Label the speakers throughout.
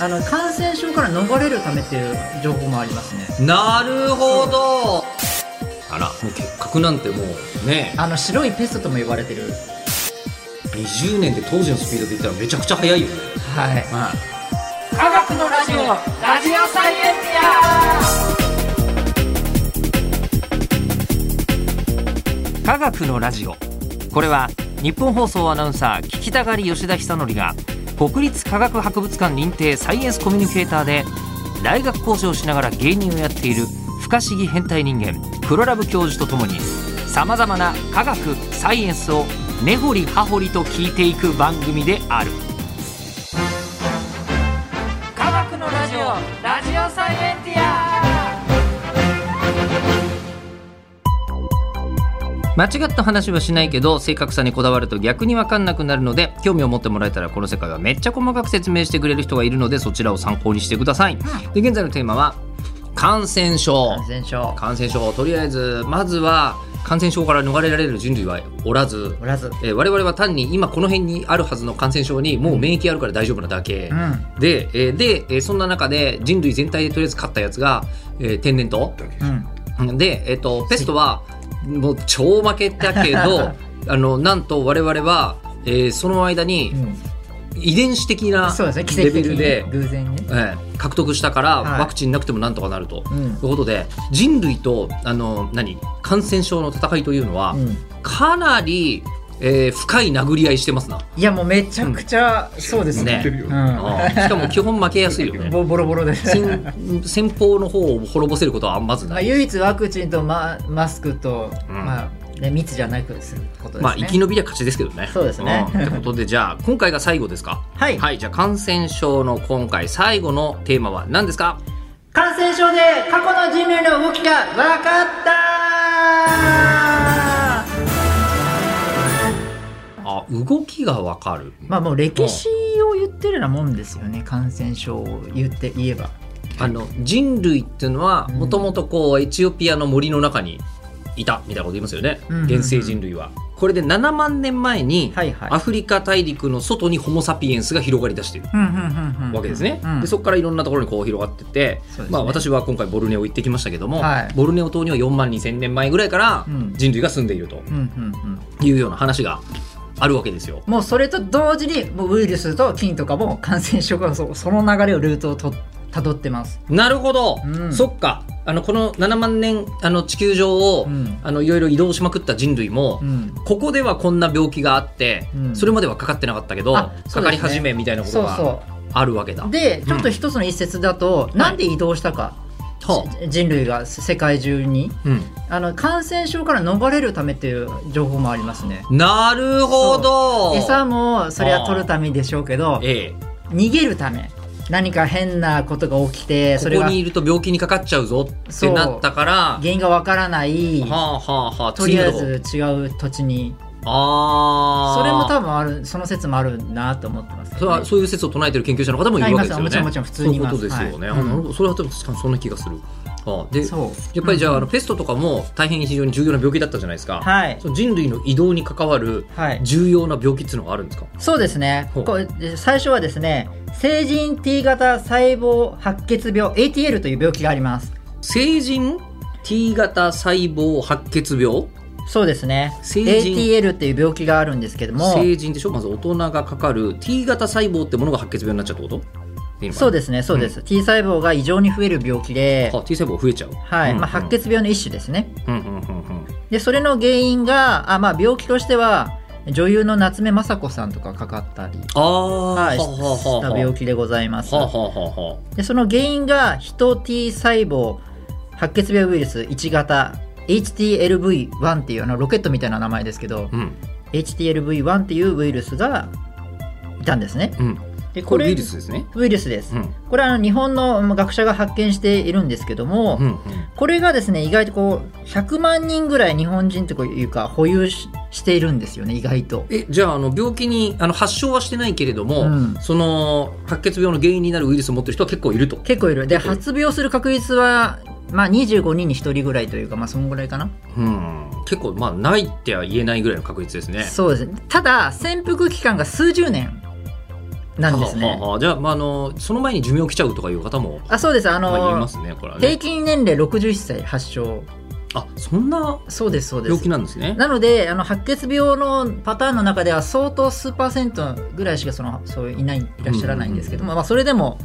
Speaker 1: あの感染症から逃れるためっていう情報もありますね
Speaker 2: なるほどあらもう結核なんてもうね
Speaker 1: あの白いペストとも呼ばれてる
Speaker 2: 20年で当時のスピードで言ったらめちゃくちゃ速いよね
Speaker 1: はい
Speaker 2: まあ
Speaker 1: 科学のラジオラジオサイエンテ
Speaker 3: 科学のラジオこれは日本放送アナウンサー聞きたがり吉田久典が国立科学博物館認定サイエンスコミュニケーターで大学講師をしながら芸人をやっている不可思議変態人間プロラブ教授とともにさまざまな科学サイエンスを根掘り葉掘りと聞いていく番組である科学のラジオラジオサイエンティア間違った話はしないけど正確さにこだわると逆に分かんなくなるので興味を持ってもらえたらこの世界はめっちゃ細かく説明してくれる人がいるのでそちらを参考にしてください、で現在のテーマは感染症
Speaker 1: 感染症
Speaker 3: 感染症とりあえずまずは感染症から逃れられる人類はおらず
Speaker 1: おらず
Speaker 3: えー我々は単に今この辺にあるはずの感染症にもう免疫あるから大丈夫なだけ、
Speaker 1: うん
Speaker 3: で,、えーでえーそんな中で人類全体でとりあえず勝ったやつが、えー天然痘
Speaker 1: うん
Speaker 3: で、えー、とペストはもう超負けたけど あのなんと我々は、えーその間に遺伝子的な
Speaker 1: そうですね奇
Speaker 3: レ
Speaker 1: 跡
Speaker 3: ベ
Speaker 1: 的
Speaker 3: ル
Speaker 1: に
Speaker 3: で
Speaker 1: ね、偶然ね
Speaker 3: えー獲得したから、
Speaker 1: はい
Speaker 3: ワクチンなくてもなんとかなると。
Speaker 1: うん
Speaker 3: ということで人類とあの何感染症の戦いというのは、
Speaker 1: うん
Speaker 3: かなり、えー深い殴り合いしてますな。
Speaker 1: いやもうめちゃくちゃ、そうですね
Speaker 3: ね
Speaker 1: うん
Speaker 3: ああしかも基本負けやすいよね。
Speaker 1: ボボロボロです
Speaker 3: 先先方の方を滅ぼせることはま ず
Speaker 1: まあ、
Speaker 3: ない。
Speaker 1: 唯一ワクチンとママスクと、
Speaker 3: うん
Speaker 1: まあね、密じゃなくすることですね。
Speaker 3: まあ生き延びりゃ勝ちですけどね。
Speaker 1: そうですね
Speaker 3: んってことでじゃあ今回が最後ですか。
Speaker 1: はい
Speaker 3: はいじゃあ感染症の今回最後のテーマは何ですか。
Speaker 1: 感染症で過去の人類の動きが分かった
Speaker 3: あ動きがわかる。
Speaker 1: まあもう歴史を言ってるようなもんですよね感染症を言って言えば。
Speaker 3: あの人類っていうのは
Speaker 1: うん
Speaker 3: もともとこうエチオピアの森の中にいたみたいなこと言いますよね、
Speaker 1: うんうんうん
Speaker 3: 原生人類は。これで7万年前に
Speaker 1: はいはい
Speaker 3: アフリカ大陸の外にホモ・サピエンスが広がりだしているわ
Speaker 1: わ
Speaker 3: けですね。
Speaker 1: うん
Speaker 3: でそこからいろんなところにこう広がってって、
Speaker 1: そうですね
Speaker 3: まあ、私は今回ボルネオ行ってきましたけども、
Speaker 1: はい
Speaker 3: ボルネオ島には4万2,000年前ぐらいから
Speaker 1: うん
Speaker 3: 人類が住んでいると
Speaker 1: うんうんうん、
Speaker 3: いうような話があるわけですよ。
Speaker 1: もうそれと同時にもうウイルスと菌とかも感染症がそその流れをルートをとたどってます。
Speaker 3: なるほど、
Speaker 1: うん
Speaker 3: そっかあのこの7万年あの地球上を、
Speaker 1: うん
Speaker 3: あのいろいろ移動しまくった人類も、
Speaker 1: うん
Speaker 3: ここではこんな病気があって、
Speaker 1: うん
Speaker 3: それまではかかってなかったけど、
Speaker 1: あそうですね
Speaker 3: かかり始めみたいなこと
Speaker 1: そうそ
Speaker 3: が
Speaker 1: う
Speaker 3: あるわけだ。
Speaker 1: で
Speaker 3: うん
Speaker 1: ちょっと一つの一節だと、なんで移動したか、
Speaker 3: はあ
Speaker 1: し人類が世界中に
Speaker 3: うん
Speaker 1: あの感染症から逃れるためっていう情報もありますね
Speaker 3: なるほど
Speaker 1: 餌もそれは取るためでしょうけど
Speaker 3: ええ、
Speaker 1: 逃げるため何か変なことが起きてそれ
Speaker 3: ここ
Speaker 1: が
Speaker 3: にいると病気にかかっちゃうぞってなったからは
Speaker 1: 原因がわからない
Speaker 3: あはあはあ
Speaker 1: とりあえ
Speaker 3: 次のとこ
Speaker 1: ず違う土地に
Speaker 3: あ
Speaker 1: それも
Speaker 3: 分
Speaker 1: 多分あるその説もあるなと思ってますけ
Speaker 3: それ
Speaker 1: どね、
Speaker 3: はそういう説を唱えてる研究者の方もいるわけです
Speaker 1: あ
Speaker 3: よね。
Speaker 1: いますよもちろんもちろん普通にいます
Speaker 3: そういうことですよね。
Speaker 1: はい
Speaker 3: あなるほどそれは多分確かにそんな気がする。あで
Speaker 1: そう
Speaker 3: やっぱりじゃあ,、
Speaker 1: うん
Speaker 3: あのペストとかも大変非常に重要な病気だったじゃないですか。
Speaker 1: はい
Speaker 3: その人類の移動に関わる
Speaker 1: はい
Speaker 3: 重要な病気っていうのがあるんですか、
Speaker 1: そうですね
Speaker 3: ほう
Speaker 1: こう最初はですね成人 T 型細胞白血病 ATL という病気があります
Speaker 3: 成人 T 型細胞白血病
Speaker 1: そうですね
Speaker 3: 成人
Speaker 1: ATL っていう病気があるんですけども
Speaker 3: 成人でしょまず大人がかかる T 型細胞ってものが白血病になっちゃうってこといいのかな
Speaker 1: そうですねそうです、T 細胞が異常に増える病気で
Speaker 3: あ T 細胞増えちゃう
Speaker 1: はい、
Speaker 3: うんうん
Speaker 1: まあ、白血病の一種ですね
Speaker 3: うんうんうん
Speaker 1: でそれの原因があ、まあ、病気としては女優の夏目雅子さんとかかかったり
Speaker 3: ああ
Speaker 1: はい、
Speaker 3: はあはあは
Speaker 1: した
Speaker 3: あ
Speaker 1: 病気でございます、
Speaker 3: はあはあはあはあ
Speaker 1: でその原因がヒト T 細胞白血病ウイルス1型 HTLV1 っていうあのロケットみたいな名前ですけど、
Speaker 3: うん、
Speaker 1: HTLV1 っていうウイルスがいたんですね。
Speaker 3: うん、
Speaker 1: で
Speaker 3: これウイルスですね
Speaker 1: ウイルスです。
Speaker 3: うん
Speaker 1: これはあの日本のまあ学者が発見しているんですけども、
Speaker 3: うんうん
Speaker 1: これがですね意外とこう100万人ぐらい日本人というか保有ししているんですよね意外と。
Speaker 3: えじゃああの病気にあの発症はしてないけれども、
Speaker 1: うん
Speaker 3: その白血病の原因になるウイルスを持ってる人は結構いると
Speaker 1: 結構いる。で発病する確率は、まあ、25人に1人ぐらいというかまあそんぐらいかな。
Speaker 3: うん結構まあないっては言えないぐらいの確率ですね
Speaker 1: そうですねただ潜伏期間が数十年なんですね。
Speaker 3: はあはあじゃあ、まあ、あのその前に寿命来ちゃうとかいう方も、
Speaker 1: あそうですあ
Speaker 3: まあ、言い
Speaker 1: の
Speaker 3: ますねこれは
Speaker 1: 平
Speaker 3: ね
Speaker 1: 均年齢61歳発症
Speaker 3: あそんな
Speaker 1: そうですそうで
Speaker 3: 病
Speaker 1: す
Speaker 3: 気なんですね
Speaker 1: なのであの白血病のパターンの中では相当数パーセントぐらいしかそのそういないいらっしゃらないんですけども、まあ、それでも、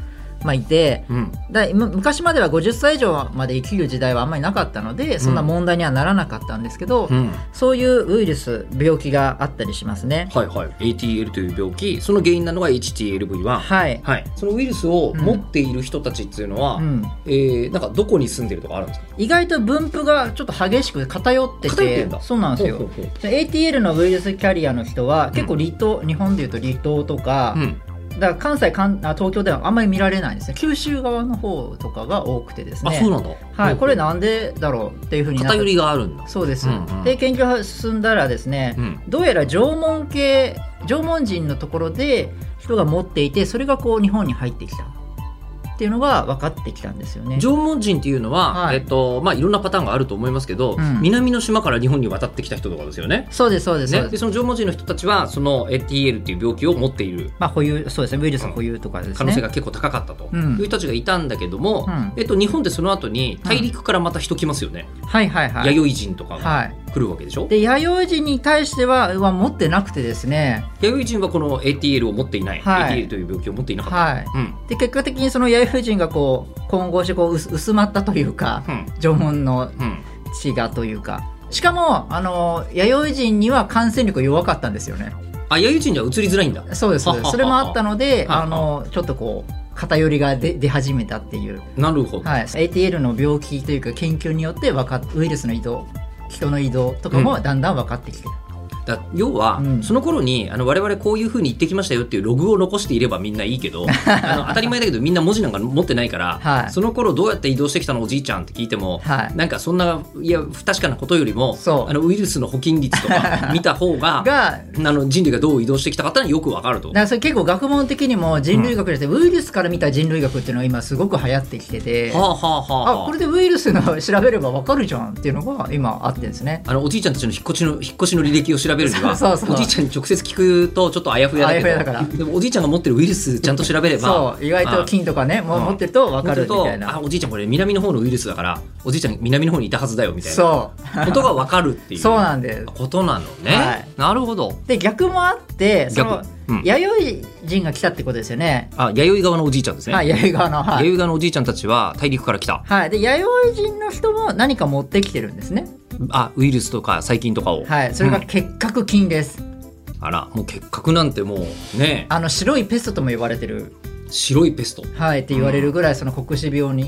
Speaker 1: まあ、いて
Speaker 3: うん
Speaker 1: だむ昔までは50歳以上まで生きる時代はあんまりなかったのでそんな問題にはならなかったんですけど、
Speaker 3: うん
Speaker 1: そういうウイルス病気があったりしますね。
Speaker 3: はいはい ATL という病気その原因なのが HTLV1 は
Speaker 1: はい、
Speaker 3: いそのウイルスを
Speaker 1: うん
Speaker 3: 持っている人たちっていうのは、
Speaker 1: うん、
Speaker 3: えーなんかどこに住んでるとかあるんですか
Speaker 1: 意外と分布がちょっと激しく偏ってて
Speaker 3: 偏ってんだ
Speaker 1: そうなんですよ
Speaker 3: ほうほうほ
Speaker 1: ATL のウイルスキャリアの人は結構離島、日本でいうと離島とか、
Speaker 3: ううん
Speaker 1: だから関西関あ東京ではあんまり見られないんですね九州側の方とかが多くてです
Speaker 3: あ
Speaker 1: ね
Speaker 3: そうなんだ
Speaker 1: はい、これなんでだろうっていうふうになった
Speaker 3: 偏りがあるんだ
Speaker 1: そうです、
Speaker 3: うんうん
Speaker 1: で研究が進んだらですね、
Speaker 3: うん
Speaker 1: どうやら縄文系縄文人のところで人が持っていてそれがこう日本に入ってきたっていうのが分かってきたんですよね
Speaker 3: 縄文人っていうのは、
Speaker 1: はい
Speaker 3: いえっとまあ、いろんなパターンがあると思いますけど、
Speaker 1: うん
Speaker 3: 南の島から日本に渡ってきた人とかですよね。
Speaker 1: そうですそうですそうで
Speaker 3: ね、
Speaker 1: す、
Speaker 3: でその縄文人の人たちはその ATL っていう病気を持っている
Speaker 1: まあ保有そうですねウイルスの保有とかですね
Speaker 3: 可能性が結構高かったと、
Speaker 1: うん
Speaker 3: いう人たちがいたんだけども、
Speaker 1: うん
Speaker 3: えっと、日本でその後に大陸からまた人来ますよね、
Speaker 1: はいはいはい
Speaker 3: 弥生人とかが
Speaker 1: はい
Speaker 3: 来るわけでしょ、
Speaker 1: で弥生人に対してはは持ってなくてですね
Speaker 3: 弥生人はこの ATL を持っていない、
Speaker 1: はい
Speaker 3: ATL という病気を持っていなかった、
Speaker 1: はい
Speaker 3: うん
Speaker 1: で結果的にその弥生人がこう混合してこう薄薄まったというか
Speaker 3: うん
Speaker 1: 縄文の
Speaker 3: うん、
Speaker 1: 血がというかしかもあの弥生人には感染力弱かったんですよね
Speaker 3: あ弥生人じゃ移りづらいんだ
Speaker 1: そうですそう ですそれもあったので
Speaker 3: はは
Speaker 1: あのちょっとこう偏りが出出始めたっていう、
Speaker 3: なるほど、
Speaker 1: はい、ATL の病気というか研究によってわかっウイルスの移動人の移動とかもだんだん分かってきてる、
Speaker 3: だ要は、
Speaker 1: うん
Speaker 3: その頃にあの我々こういうふうに言ってきましたよっていうログを残していればみんないい けどあの当たり前だけどみんな文字なんか持ってないから、
Speaker 1: はい
Speaker 3: その頃どうやって移動してきたのおじいちゃんって聞いても、
Speaker 1: はい
Speaker 3: なんかそんないや不確かなことよりも
Speaker 1: そう
Speaker 3: あのウイルスの補菌率 とか見た方が
Speaker 1: が
Speaker 3: あの人類がどう移動してきたかってのはよくわかると
Speaker 1: だか。らそれ結構学問的にも人類学ですね、ウイルスから見た人類学っていうのが今すごく流行ってきてて、
Speaker 3: はあはあはあは
Speaker 1: あこれでウイルスの調べればわかるじゃんっていうのが今あってですね
Speaker 3: あのおじいちゃんたちの引っ越しの引っ越しの履歴を調べるには
Speaker 1: そうそうそう
Speaker 3: おじいちゃんに直接聞くとちょっとあやふやだけど
Speaker 1: あやふやだから
Speaker 3: でもおじいちゃんが持ってるウイルスちゃんと調べれば
Speaker 1: そう意外と菌とかねもう
Speaker 3: うん
Speaker 1: 持ってるとわかるみたい
Speaker 3: そうするとあ
Speaker 1: な
Speaker 3: おじいちゃんこれ南の方のウイルスだからおじいちゃん南の方にいたはずだよみたいな
Speaker 1: そ
Speaker 3: ことが分かるっ
Speaker 1: う
Speaker 3: ていう
Speaker 1: そうなんです
Speaker 3: ことなのね、
Speaker 1: はい
Speaker 3: なるほど
Speaker 1: で逆もあってその
Speaker 3: 逆、うん、
Speaker 1: 弥生人が来たってことですよね
Speaker 3: あ弥生側のおじいちゃんですね、
Speaker 1: はい弥生側のはい、
Speaker 3: 弥生側のおじいちゃんたちは大陸から来た
Speaker 1: はい、で弥生人の人も何か持ってきてるんですね
Speaker 3: あウイルスとか細菌とかを、
Speaker 1: はいそれが
Speaker 3: うん
Speaker 1: 結核菌です、
Speaker 3: あらもう結核なんてもうね
Speaker 1: あの白いペストとも呼ばれてる
Speaker 3: 白いペスト
Speaker 1: はいって言われるぐらいその黒死病に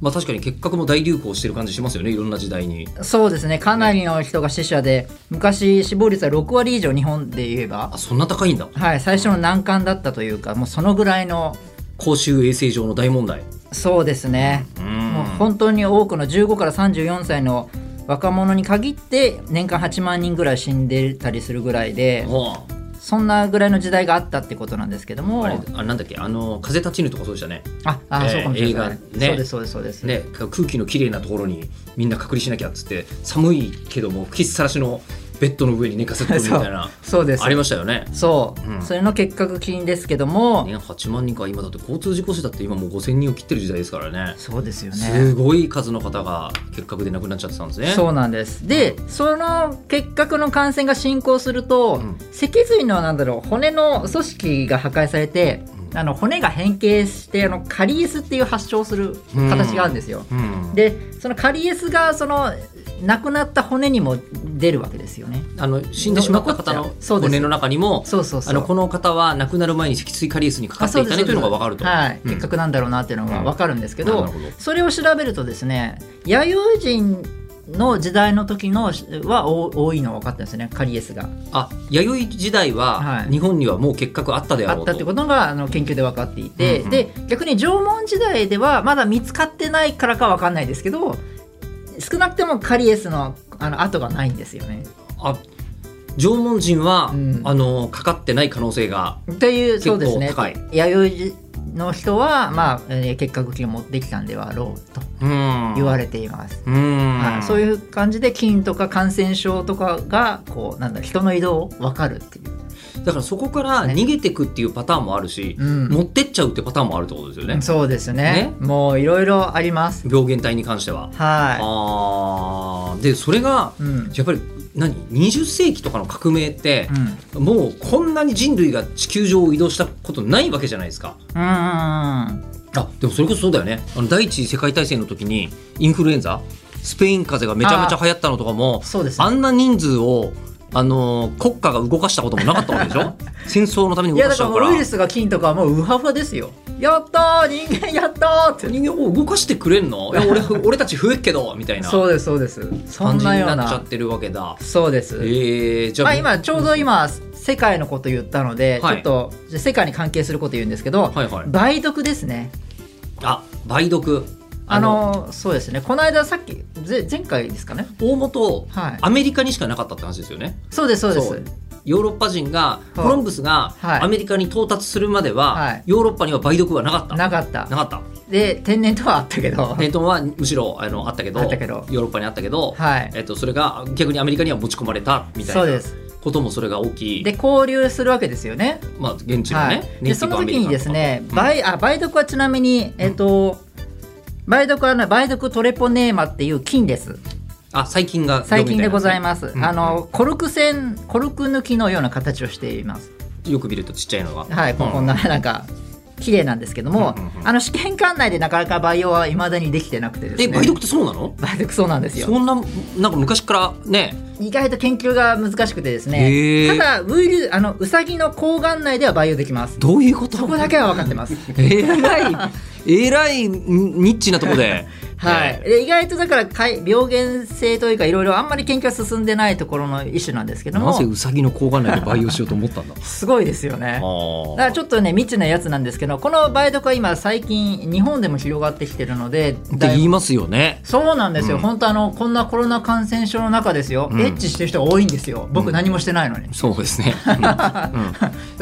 Speaker 3: まあ確かに結核も大流行してる感じしますよねいろんな時代に
Speaker 1: そうですねかなりの人が死者で昔死亡率は6割以上日本で言えば、
Speaker 3: あそんな高いんだ
Speaker 1: はい、最初の難関だったというかもうそのぐらいの
Speaker 3: 公衆衛生上の大問題
Speaker 1: そうですね、
Speaker 3: うん
Speaker 1: もう本当に多くの15から34歳の若者に限って年間8万人ぐらい死んでたりするぐらいで
Speaker 3: もう
Speaker 1: そんなぐらいの時代があったってことなんですけども
Speaker 3: あれあなんだっけあの風立ちぬとかそうでしたね
Speaker 1: ああ、
Speaker 3: えー
Speaker 1: そうかもしれない、
Speaker 3: 映画ね
Speaker 1: そうですそうですそうです、
Speaker 3: ね、空気のきれいなところにみんな隔離しなきゃっつって寒いけども吹きさらしのベッドの上に寝かせてるみたいな
Speaker 1: そうです
Speaker 3: ありましたよね。
Speaker 1: そう、
Speaker 3: うん
Speaker 1: それの結核菌ですけども、
Speaker 3: ね8万人か今だって交通事故死だって今もう5000人を切ってる時代ですからね
Speaker 1: そうですよね
Speaker 3: すごい数の方が結核で亡くなっちゃってたんですね。
Speaker 1: そうなんですでその結核の感染が進行すると、
Speaker 3: ん
Speaker 1: 脊髄のなんだろう骨の組織が破壊されて、
Speaker 3: うん
Speaker 1: あの骨が変形してあのカリエスっていう発症する形があるんですよ、
Speaker 3: うん
Speaker 1: でそのカリエスがその亡くなった骨にも出るわけですよね
Speaker 3: あの死んでしまった方
Speaker 1: 残っちゃ
Speaker 3: の
Speaker 1: うそうです
Speaker 3: 骨の中にも
Speaker 1: そうそうそう
Speaker 3: あのこの方は亡くなる前に脊椎カリエスにかか
Speaker 1: あ
Speaker 3: って
Speaker 1: そう
Speaker 3: い
Speaker 1: で
Speaker 3: た
Speaker 1: す
Speaker 3: ねというのが分かると。
Speaker 1: はい、
Speaker 3: うん
Speaker 1: 結核なんだろうなっていうのが分かるんですけ
Speaker 3: う
Speaker 1: ど,、
Speaker 3: んなるほど
Speaker 1: それを調べるとですね弥生人の時代の時のは多多いの分かったんですねカリエスが
Speaker 3: あ弥生時代は
Speaker 1: はい
Speaker 3: 日本にはもう結核あったであ
Speaker 1: あ
Speaker 3: ろ
Speaker 1: っ
Speaker 3: うと。
Speaker 1: たってことがあの研究で分かっていて、
Speaker 3: うんうん
Speaker 1: で逆に縄文時代ではまだ見つかってないからか分かんないですけど少なくてもカリエスのあの跡がないんですよね。
Speaker 3: あ縄文人は、
Speaker 1: うん
Speaker 3: あのかかってない可能性が
Speaker 1: というそうですね
Speaker 3: 結構高い
Speaker 1: 弥生の人は、まあえー結核菌を持ってきたんではろうと
Speaker 3: 言
Speaker 1: 言わ
Speaker 3: れ
Speaker 1: れています。
Speaker 3: うん、
Speaker 1: はい、そう
Speaker 3: う
Speaker 1: いう感じで菌とか感染症とかがこうなんだ人の移動を分かるっていう
Speaker 3: だからそこから逃げてくっていうパターンもあるし、
Speaker 1: うん
Speaker 3: 持ってっちゃうってパターンもあるってことですよね、
Speaker 1: そうですねもういろいろあります
Speaker 3: 病原体に関しては。
Speaker 1: は
Speaker 3: あーでそれが
Speaker 1: いうん
Speaker 3: やっぱり何20世紀とかの革命って、もうこんなに人類が地球上を移動したことないわけじゃないですか。
Speaker 1: うんうん
Speaker 3: あでもそれこそそうだよねあの第一次世界大戦の時にインフルエンザスペイン風邪がめちゃめちゃ流行ったのとかも
Speaker 1: そうですね
Speaker 3: あんな人数を、あのー国家が動かしたこともなかったわけでし ょ戦争のために
Speaker 1: い
Speaker 3: 動
Speaker 1: や
Speaker 3: か
Speaker 1: だ
Speaker 3: しち
Speaker 1: か
Speaker 3: ゃ
Speaker 1: ら
Speaker 3: う
Speaker 1: も
Speaker 3: か
Speaker 1: う
Speaker 3: ら
Speaker 1: ウイルスが金とかはもうウハウハですよやったー人間やったーって
Speaker 3: 人間を動かしてくれんのい や俺俺たち増えっけどみたいな
Speaker 1: そうですそうですそ
Speaker 3: 感
Speaker 1: ん
Speaker 3: じに
Speaker 1: なよう
Speaker 3: なっち
Speaker 1: な
Speaker 3: ゃってるわけだ。
Speaker 1: そうです
Speaker 3: えー、じゃ
Speaker 1: ま
Speaker 3: あ,、
Speaker 1: あ、今ちょうど今世界のこと言ったので、
Speaker 3: はい
Speaker 1: ちょっとじゃあ世界に関係すること言うんですけど、
Speaker 3: はいはい
Speaker 1: 梅毒ですね
Speaker 3: あ梅毒
Speaker 1: あのそうですねこの間さっきぜ前回ですかね
Speaker 3: 大元、
Speaker 1: はい
Speaker 3: アメリカにしかなかったって話ですよね
Speaker 1: そうですそうです
Speaker 3: そうヨーロッパ人が
Speaker 1: い
Speaker 3: コロンブスが
Speaker 1: はい
Speaker 3: アメリカに到達するまでは、
Speaker 1: はい
Speaker 3: ヨーロッパには梅毒はなかった
Speaker 1: なかった
Speaker 3: なかった
Speaker 1: で天然とはあったけど、
Speaker 3: ネットはむしろあのあったけど
Speaker 1: あったけど
Speaker 3: ヨーロッパにあったけど、
Speaker 1: はい
Speaker 3: えっと、それが逆にアメリカには持ち込まれたみた
Speaker 1: そう
Speaker 3: いな
Speaker 1: です
Speaker 3: こともそれが大きい
Speaker 1: で交流するわけですよね
Speaker 3: まあ、現地の
Speaker 1: は
Speaker 3: ね、
Speaker 1: い、
Speaker 3: ネ
Speaker 1: で
Speaker 3: イテ
Speaker 1: そ
Speaker 3: ィブ
Speaker 1: の
Speaker 3: アメ
Speaker 1: 時
Speaker 3: リカ
Speaker 1: に
Speaker 3: ン
Speaker 1: ですね、
Speaker 3: うん
Speaker 1: 梅あ梅毒はちなみに、えっと梅毒はね梅毒トレポネーマっていう菌です
Speaker 3: あ細菌が
Speaker 1: 細菌でございます、
Speaker 3: ん
Speaker 1: あのコルク栓コルク抜きのような形をしています
Speaker 3: すよく見るとちっちゃいのが
Speaker 1: はい、ここんな、なんか綺麗なんですけども、
Speaker 3: うんうんうん
Speaker 1: あの試験管内でなかなか培養はいまだにできてなくてですね
Speaker 3: え梅毒ってそうなの
Speaker 1: 梅毒そうなんですよ
Speaker 3: そんななんか昔からね
Speaker 1: 意外と研究が難しくてです
Speaker 3: へ
Speaker 1: ね
Speaker 3: ー
Speaker 1: ただウイルスあのウサギの睾丸内では培養できます
Speaker 3: どういうこと
Speaker 1: そこだけは分かってます
Speaker 3: えらいえらいニッチなとこで
Speaker 1: はい、で意外とだからかい病原性というかいろいろあんまり研究が進んでないところの一種なんですけど
Speaker 3: な
Speaker 1: も
Speaker 3: ぜウサギの睾丸内で培養しようと思ったんだ
Speaker 1: すごいですよねだから
Speaker 3: あ
Speaker 1: ちょっとね未知なやつなんですけどこの梅毒は今最近日本でも広がってきてるので
Speaker 3: っ
Speaker 1: だ
Speaker 3: て
Speaker 1: いぶ
Speaker 3: 言いますよね
Speaker 1: そうなんですよ、
Speaker 3: うん
Speaker 1: 本当あのこんなコロナ感染症の中ですよ、
Speaker 3: うん
Speaker 1: エッチしてる人が多いんですよ
Speaker 3: う
Speaker 1: 僕
Speaker 3: ん
Speaker 1: 何もしてないのに、
Speaker 3: そうです ね、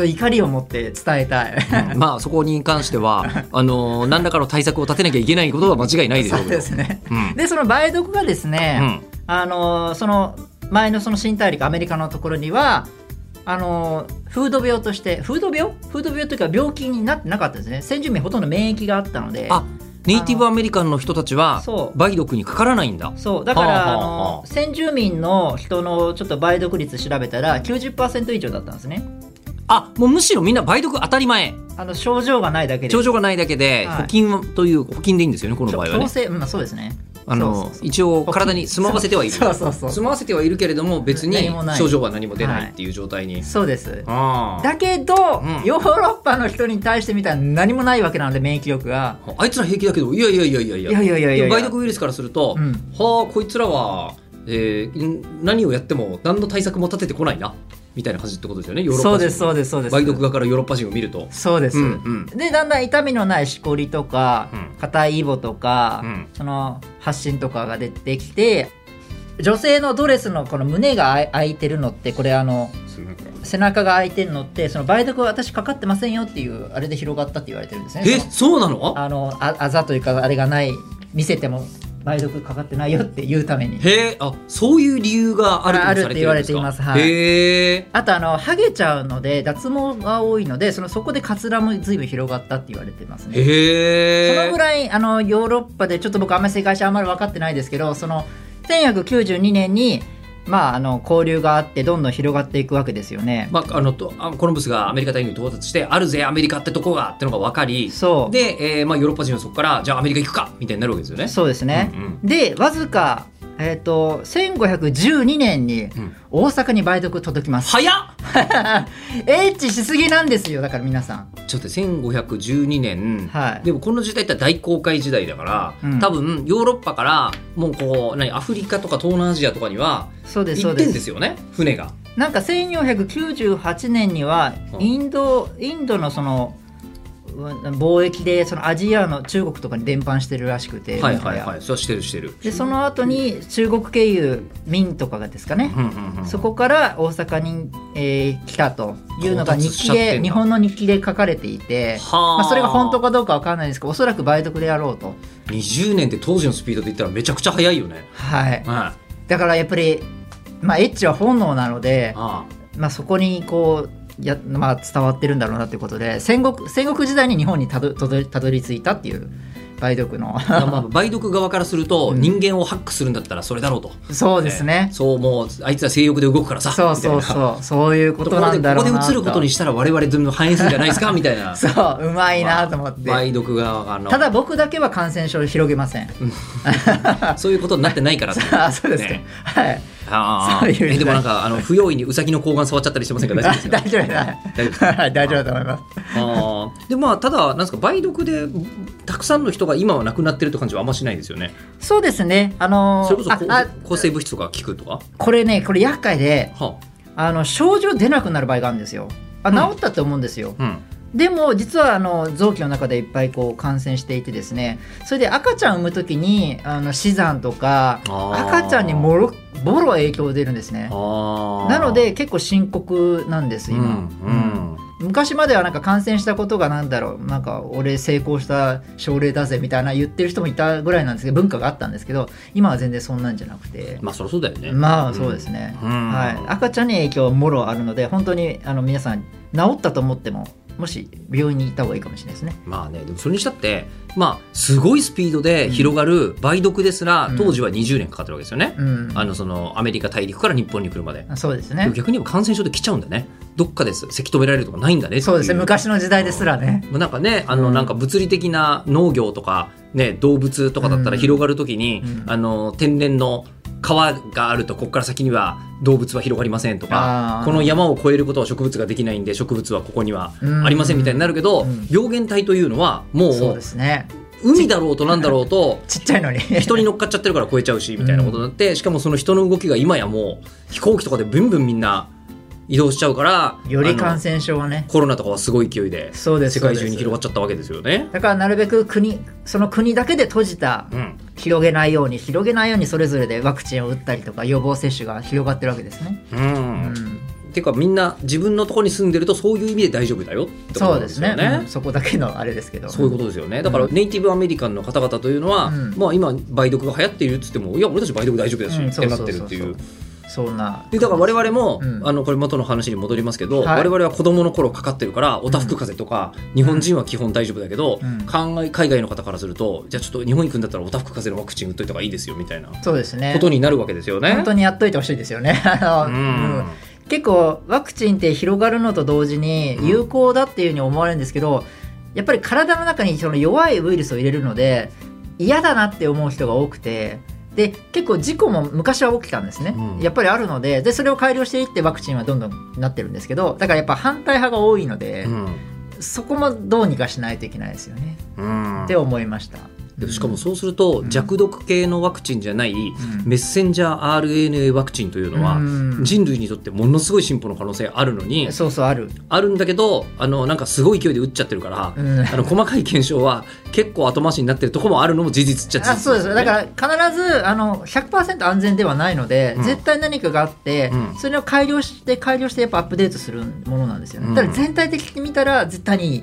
Speaker 1: 怒りを持って伝えたい、
Speaker 3: うんまあそこに関してはあのー何らかの対策を立てなきゃいけないことは間違いないでし ょ
Speaker 1: そうう
Speaker 3: け
Speaker 1: で
Speaker 3: ど
Speaker 1: すね、
Speaker 3: うん
Speaker 1: でその梅毒がですね、
Speaker 3: うん
Speaker 1: あのその前のその新大陸アメリカのところにはあのフード病としてフード病フード病というか病気になってなかったですね先住民ほとんど免疫があったので
Speaker 3: あネイティブアメリカンの人たちは
Speaker 1: そう
Speaker 3: 梅毒にかからないんだ
Speaker 1: そうだから、
Speaker 3: はあ
Speaker 1: あ
Speaker 3: はあはあ
Speaker 1: の先住民の人のちょっと梅毒率調べたら90%以上だったんですね
Speaker 3: あもうむしろみんな梅毒当たり前
Speaker 1: あの症状がないだけで
Speaker 3: 症状がないだけで
Speaker 1: はい
Speaker 3: 補菌という補菌でいいんですよねこの場合は
Speaker 1: 強
Speaker 3: ね
Speaker 1: 制、うん、そうですね。
Speaker 3: あの一応体に住まわせてはいる
Speaker 1: そうそうそう。
Speaker 3: 住まわせてはいるけれども別に
Speaker 1: 何もない
Speaker 3: 症状は何も出ないっていう状態に、
Speaker 1: そうです。
Speaker 3: あー
Speaker 1: だけど、
Speaker 3: うん
Speaker 1: ヨーロッパの人に対してみたら何もないわけなので免疫力が。
Speaker 3: あいつら平気だけどいやいやいやいやいや
Speaker 1: いやいやいやいやいや
Speaker 3: 梅毒ウイルスからすると、
Speaker 1: うん
Speaker 3: はあこいつらは、えーん何をやっても何の対策も立ててこないなみたいな感じってことですよねヨーロッパ人
Speaker 1: そうですそうですそうです。
Speaker 3: 梅毒側からヨーロッパ人を見ると
Speaker 1: そうです。
Speaker 3: うんうん
Speaker 1: でだんだん痛みのないしこりとか
Speaker 3: うん
Speaker 1: 硬いイボとか、
Speaker 3: うん
Speaker 1: その発疹とかが出てきて女性のドレスのこの胸があい開いてるのってこれあの背中が開いてるのってその梅毒は私かかってませんよっていうあれで広がったって言われてるんですね。
Speaker 3: え
Speaker 1: その
Speaker 3: そうなの
Speaker 1: あのああざというかあれがない見せても梅毒かかってないよって言うために
Speaker 3: へえあそういう理由があると
Speaker 1: ある
Speaker 3: さ
Speaker 1: っ
Speaker 3: れ
Speaker 1: て
Speaker 3: て
Speaker 1: 言
Speaker 3: る
Speaker 1: わ
Speaker 3: ん
Speaker 1: れ
Speaker 3: で
Speaker 1: て
Speaker 3: す
Speaker 1: い
Speaker 3: か
Speaker 1: ますはい
Speaker 3: へえ
Speaker 1: あとあのハゲちゃうので脱毛が多いのでそのそこでカツラも随分広がったって言われてますねそ
Speaker 3: へえ
Speaker 1: のぐらいあのヨーロッパでちょっと僕あんまり世界史あんまり分かってないですけどその1992年にまああの交流があってどんどん広がっていくわけですよね、
Speaker 3: まあ、あのとあコロンブスがアメリカ大陸に到達してあるぜアメリカってとこがってのが分かり
Speaker 1: そう
Speaker 3: で、えーまあ、ヨーロッパ人はそこからじゃあアメリカ行くかみたいになるわけですよね。
Speaker 1: そうですね、
Speaker 3: うんうん
Speaker 1: でわずかえっ、と1512年に
Speaker 3: ん
Speaker 1: 大阪に梅毒届きます、
Speaker 3: 早っ
Speaker 1: エッチしすぎなんですよだから皆さん
Speaker 3: ちょっと1512年、
Speaker 1: はい
Speaker 3: でもこの時代って大航海時代だから、
Speaker 1: うん
Speaker 3: 多分ヨーロッパからもうこう何アフリカとか東南アジアとかには
Speaker 1: そうですそ
Speaker 3: 行
Speaker 1: う
Speaker 3: って
Speaker 1: で
Speaker 3: ん
Speaker 1: す
Speaker 3: ですよね船が。
Speaker 1: なんか1498年には
Speaker 3: うん
Speaker 1: インド、インドのそのうん貿易でそのアジアの中国とかに伝播してるらしくて、
Speaker 3: はいはい
Speaker 1: もは
Speaker 3: は
Speaker 1: や
Speaker 3: いそうしてるしてる。
Speaker 1: でその後に中国経由民とかがですかね、
Speaker 3: うんうんうん
Speaker 1: そこから大阪に、えー来たというのが日記
Speaker 3: 到達しちゃって
Speaker 1: で
Speaker 3: んだ
Speaker 1: 日本の日記で書かれていて、
Speaker 3: はあ、
Speaker 1: まあ、それが本当かどうかわからないんですけどおそらく梅毒であろうと、
Speaker 3: 20年って当時のスピードで言ったらめちゃくちゃ速いよね。
Speaker 1: はい、
Speaker 3: はい、
Speaker 1: だからやっぱり、まあ、エッチは本能なので
Speaker 3: ああ
Speaker 1: まあ、そこにこうや、まあ、伝わってるんだろうなということで戦国戦国時代に日本にたどたどたどり着いたっていう梅毒の
Speaker 3: まあまあ梅毒側からすると人間をハックするんだったらそれだろうと、
Speaker 1: そうですね
Speaker 3: えーそうもうあいつは性欲で動くからさ
Speaker 1: そうそう
Speaker 3: みたいな
Speaker 1: そうそういうことなんだろう
Speaker 3: こ
Speaker 1: な
Speaker 3: こでここで映ることにしたら我々全部反映するんじゃないですかみたいな
Speaker 1: そううまいなと思って、
Speaker 3: 梅毒側があの
Speaker 1: ただ僕だけは感染症を広げません
Speaker 3: そういうことになってないからって
Speaker 1: あそうですか、
Speaker 3: ね
Speaker 1: はい
Speaker 3: ああ
Speaker 1: そういう時代
Speaker 3: えでもなんかあの不用意にウサギの睾丸触っちゃったりしてませんか大丈夫
Speaker 1: あ
Speaker 3: ですか
Speaker 1: 大丈夫だ
Speaker 3: 大丈夫です
Speaker 1: はい大丈夫だと思います
Speaker 3: あーでまあただなんですか梅毒でたくさんの人が今は亡くなってるって感じはあんましないですよね
Speaker 1: そうですねあのー
Speaker 3: それこそ抗
Speaker 1: ああ
Speaker 3: 抗生物質とか効くとか
Speaker 1: これねこれ厄介で
Speaker 3: は
Speaker 1: あの症状出なくなる場合があるんですよあ治ったって思うんですよ、
Speaker 3: あうん
Speaker 1: でも実はあの臓器の中でいっぱいこう感染していてですねそれで赤ちゃんを産む時にあの死産とか
Speaker 3: あー
Speaker 1: 赤ちゃんにもろボロ影響出るんですね
Speaker 3: あー
Speaker 1: なので結構深刻なんです
Speaker 3: うん
Speaker 1: 今、
Speaker 3: うん
Speaker 1: 昔まではなんか感染したことがなんだろうなんか俺成功した症例だぜみたいな言ってる人もいたぐらいなんですけど文化があったんですけど今は全然そんなんじゃなくて
Speaker 3: まあそりゃそうだよね
Speaker 1: まあそうですね、
Speaker 3: うん
Speaker 1: はい、赤ちゃんに影響はもろあるので本当にあの皆さん治ったと思ってももし病院に行った方がいいかもしれないですね
Speaker 3: まあねでもそれにしたってまあすごいスピードで広がる梅毒ですら、
Speaker 1: うん
Speaker 3: 当時は20年かかってるわけですよね、
Speaker 1: うん
Speaker 3: あのそのアメリカ大陸から日本に来るまで、
Speaker 1: そうです
Speaker 3: で
Speaker 1: ね
Speaker 3: も逆に言えば感染症で来ちゃうんだねどっかですせき止められるとかないんだねってい
Speaker 1: そうですね昔の時代ですらね
Speaker 3: まあなんかねあの、
Speaker 1: うん
Speaker 3: なんか物理的な農業とか、ね、動物とかだったら
Speaker 1: うん
Speaker 3: 広がるときに、
Speaker 1: うん
Speaker 3: あの天然の川があるとここから先には動物は広がりませんとか
Speaker 1: あー
Speaker 3: この山を越えることは植物ができないんで植物はここには
Speaker 1: うん
Speaker 3: ありませんみたいになるけど、
Speaker 1: うん
Speaker 3: 病原体というのはも
Speaker 1: そう
Speaker 3: う
Speaker 1: ですね
Speaker 3: 海だろうとなんだろうと
Speaker 1: ちっちゃいのに
Speaker 3: 人に乗っかっちゃってるから越えちゃうしみたいなことになってしかもその人の動きが今やもう飛行機とかでブンブンみんな移動しちゃうから
Speaker 1: より
Speaker 3: あ
Speaker 1: 感
Speaker 3: の
Speaker 1: 染症はね
Speaker 3: コロナとかはすごい勢いで
Speaker 1: そうです
Speaker 3: 世界中に
Speaker 1: そう
Speaker 3: 広
Speaker 1: で
Speaker 3: がっちゃったわけですよね
Speaker 1: す。だからなるべく国その国だけで閉じた
Speaker 3: うん
Speaker 1: 広げないように広げないようにそれぞれでワクチンを打ったりとか予防接種が広がってるわけですね、
Speaker 3: うん
Speaker 1: うん
Speaker 3: ていうかみんな自分のところに住んでるとそういう意味で大丈夫だよってこ
Speaker 1: そ
Speaker 3: と
Speaker 1: う
Speaker 3: で
Speaker 1: ですす
Speaker 3: よ
Speaker 1: ね
Speaker 3: ね。
Speaker 1: うんそこだけのあれですけど
Speaker 3: そういうことですよねだから
Speaker 1: う
Speaker 3: ネイティブアメリカンの方々というのは、
Speaker 1: うん
Speaker 3: まあ、今梅毒が流行っているっつってもいや俺たち梅毒大丈夫だし、
Speaker 1: うん
Speaker 3: ってなってるってい
Speaker 1: そううそうそんな
Speaker 3: でだから我々も、
Speaker 1: うん
Speaker 3: あのこれ元の話に戻りますけど、
Speaker 1: はい
Speaker 3: 我々は子供の頃かかってるからおたふく風邪とか、日本人は基本大丈夫だけど、
Speaker 1: うん
Speaker 3: 考え海外の方からするとじゃあちょっと日本行くんだったらおたふく風邪のワクチン打っといた方がいいですよみたいなこ
Speaker 1: そうですね
Speaker 3: とになるわけですよね。
Speaker 1: 本当にやっといてほしいですよねあのうん結構ワクチンって広がるのと同時に
Speaker 3: うん
Speaker 1: 有効だっていうふうに思われるんですけど、やっぱり体の中にその弱いウイルスを入れるので嫌だなって思う人が多くてで結構事故も昔は起きたんですね、
Speaker 3: うん
Speaker 1: やっぱりあるのででそれを改良していってワクチンはどんどんなってるんですけどだからやっぱ反対派が多いので、
Speaker 3: うん
Speaker 1: そこもどうにかしないといけないですよね、
Speaker 3: うん
Speaker 1: って思いました
Speaker 3: でしかもそうすると
Speaker 1: うん
Speaker 3: 弱毒系のワクチンじゃない
Speaker 1: ん
Speaker 3: メッセンジャー RNA ワクチンというのは
Speaker 1: うん
Speaker 3: 人類にとってものすごい進歩の可能性あるのに
Speaker 1: そうそうある、
Speaker 3: あるんだけどあのなんかすごい勢いで打っちゃってるから
Speaker 1: うん、
Speaker 3: あの細かい検証は結構後回しになってるとこもあるのも事実っちゃ事実
Speaker 1: あそうです
Speaker 3: よ
Speaker 1: だ
Speaker 3: ね
Speaker 1: から必ずあの100%安全ではないので、
Speaker 3: うん
Speaker 1: 絶対何かがあって、
Speaker 3: うん
Speaker 1: それを改良して改良してやっぱアップデートするものなんですよね、
Speaker 3: うん
Speaker 1: だから全体的に見たら絶対にいい、
Speaker 3: う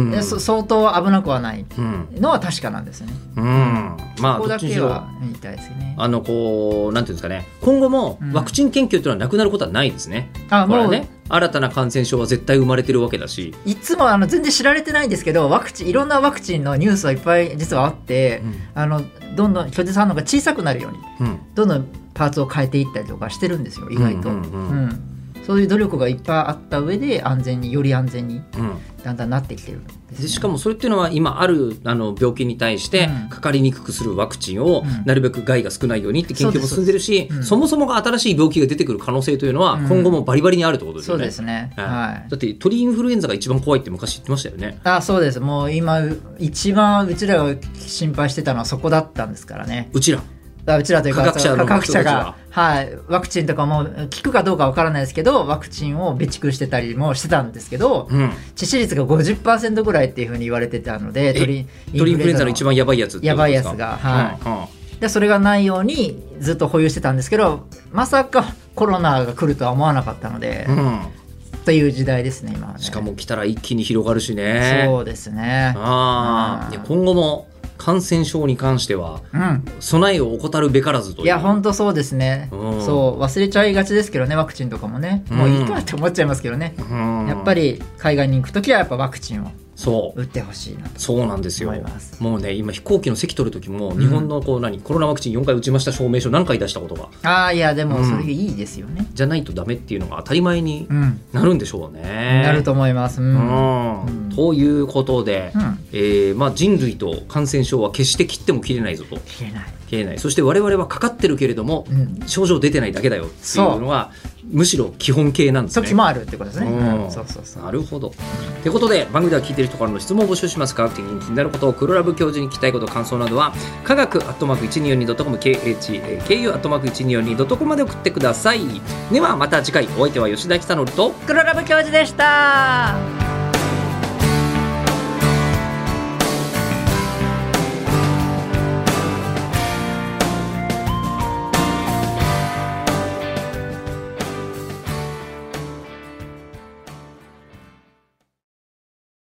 Speaker 3: ん
Speaker 1: でそ相当危なくはない
Speaker 3: うん
Speaker 1: のは確かなんですよね、
Speaker 3: うんまあ
Speaker 1: ここ
Speaker 3: どっ
Speaker 1: だ
Speaker 3: ちに
Speaker 1: け
Speaker 3: しろ
Speaker 1: は言いたいですよね
Speaker 3: あのこうなんていうんですかね今後も
Speaker 1: うん
Speaker 3: ワクチン研究というのはなくなることはないですね。
Speaker 1: あ
Speaker 3: これ
Speaker 1: も
Speaker 3: は
Speaker 1: う、
Speaker 3: ね新たな感染症は絶対生まれてるわけだし。
Speaker 1: いつもあの全然知られてないんですけどワクチンいろんなワクチンのニュースはいっぱい実はあって、あのどんどん拒絶反応が小さくなるように
Speaker 3: うん
Speaker 1: どんどんパーツを変えていったりとかしてるんですよ意外と、
Speaker 3: うんうんうん
Speaker 1: うんそういう努力がいっぱいあった上で安全により安全に
Speaker 3: うん
Speaker 1: だんだんなってきてるんですね、
Speaker 3: でしかもそれっていうのは今あるあの病気に対して
Speaker 1: うん
Speaker 3: かかりにくくするワクチンを
Speaker 1: うん
Speaker 3: なるべく害が少ないようにって研究も進んでるし
Speaker 1: そうですそうですうん
Speaker 3: そもそもが新しい病気が出てくる可能性というのは
Speaker 1: うん
Speaker 3: 今後もバリバリにあるってことです
Speaker 1: そ
Speaker 3: よ
Speaker 1: う
Speaker 3: ね。
Speaker 1: ですね
Speaker 3: はい
Speaker 1: はい
Speaker 3: だって鳥インフルエンザが一番怖いって昔言ってましたよね。
Speaker 1: あそうですもう今う一番うちらが心配してたのはそこだったんですからね
Speaker 3: うちら
Speaker 1: あうちらというか
Speaker 3: 科学者の
Speaker 1: 科学者
Speaker 3: 人
Speaker 1: が、はい、ワクチンとかも効くかどうかわからないですけどワクチンを備蓄してたりもしてたんですけど
Speaker 3: うん
Speaker 1: 致死率が50%ぐらいっていうふうに言われてたので鳥
Speaker 3: 鳥インフルエンザの一番やばいやつってことですか
Speaker 1: やばいやつがはい
Speaker 3: うんうん
Speaker 1: でそれがないようにずっと保有してたんですけどまさかコロナが来るとは思わなかったので、
Speaker 3: うん
Speaker 1: という時代ですね今はね
Speaker 3: しかも来たら一気に広がるしね。
Speaker 1: そうですね
Speaker 3: あ
Speaker 1: う
Speaker 3: あ
Speaker 1: ん
Speaker 3: いや今後も感染症に関しては
Speaker 1: うん、
Speaker 3: 備えを怠るべからずという
Speaker 1: いや本当そうですね、
Speaker 3: うん
Speaker 1: そう忘れちゃいがちですけどねワクチンとかもねもういいかって思っちゃいますけどね、
Speaker 3: うん
Speaker 1: やっぱり海外に行く時はやっぱワクチンを
Speaker 3: そう
Speaker 1: 打ってほしいなと
Speaker 3: そうなんですよ
Speaker 1: 思います
Speaker 3: もうね今飛行機の席取る時も
Speaker 1: ん
Speaker 3: 日本のこう何コロナワクチン4回打ちました証明書何回出したことが
Speaker 1: ああいやで
Speaker 3: う
Speaker 1: も
Speaker 3: ん
Speaker 1: それいいですよね
Speaker 3: じゃないとダメっていうのが当たり前に
Speaker 1: うん、
Speaker 3: なるんでしょうね。
Speaker 1: なると思いますうん、
Speaker 3: う
Speaker 1: うん
Speaker 3: ん
Speaker 1: うん
Speaker 3: ということで、えーまあ、人類と感染症は決して切っても切れないぞと
Speaker 1: 切れない、
Speaker 3: 切れないそして我々はかかってるけれども、
Speaker 1: うん、
Speaker 3: 症状出てないだけだよっていうのはむしろ基本形なんですね
Speaker 1: 時。もあるってことですね、
Speaker 3: うん
Speaker 1: うんそうそうそう
Speaker 3: なるほど。ってことで番組では聞いてる人からの質問を募集します科学的に気になることを黒ラブ教授に聞きたいこと感想などは科学 @1242.com khu@1242.com まで送ってください。ではまた次回お相手は吉田久典と
Speaker 1: 黒ラブ教授でした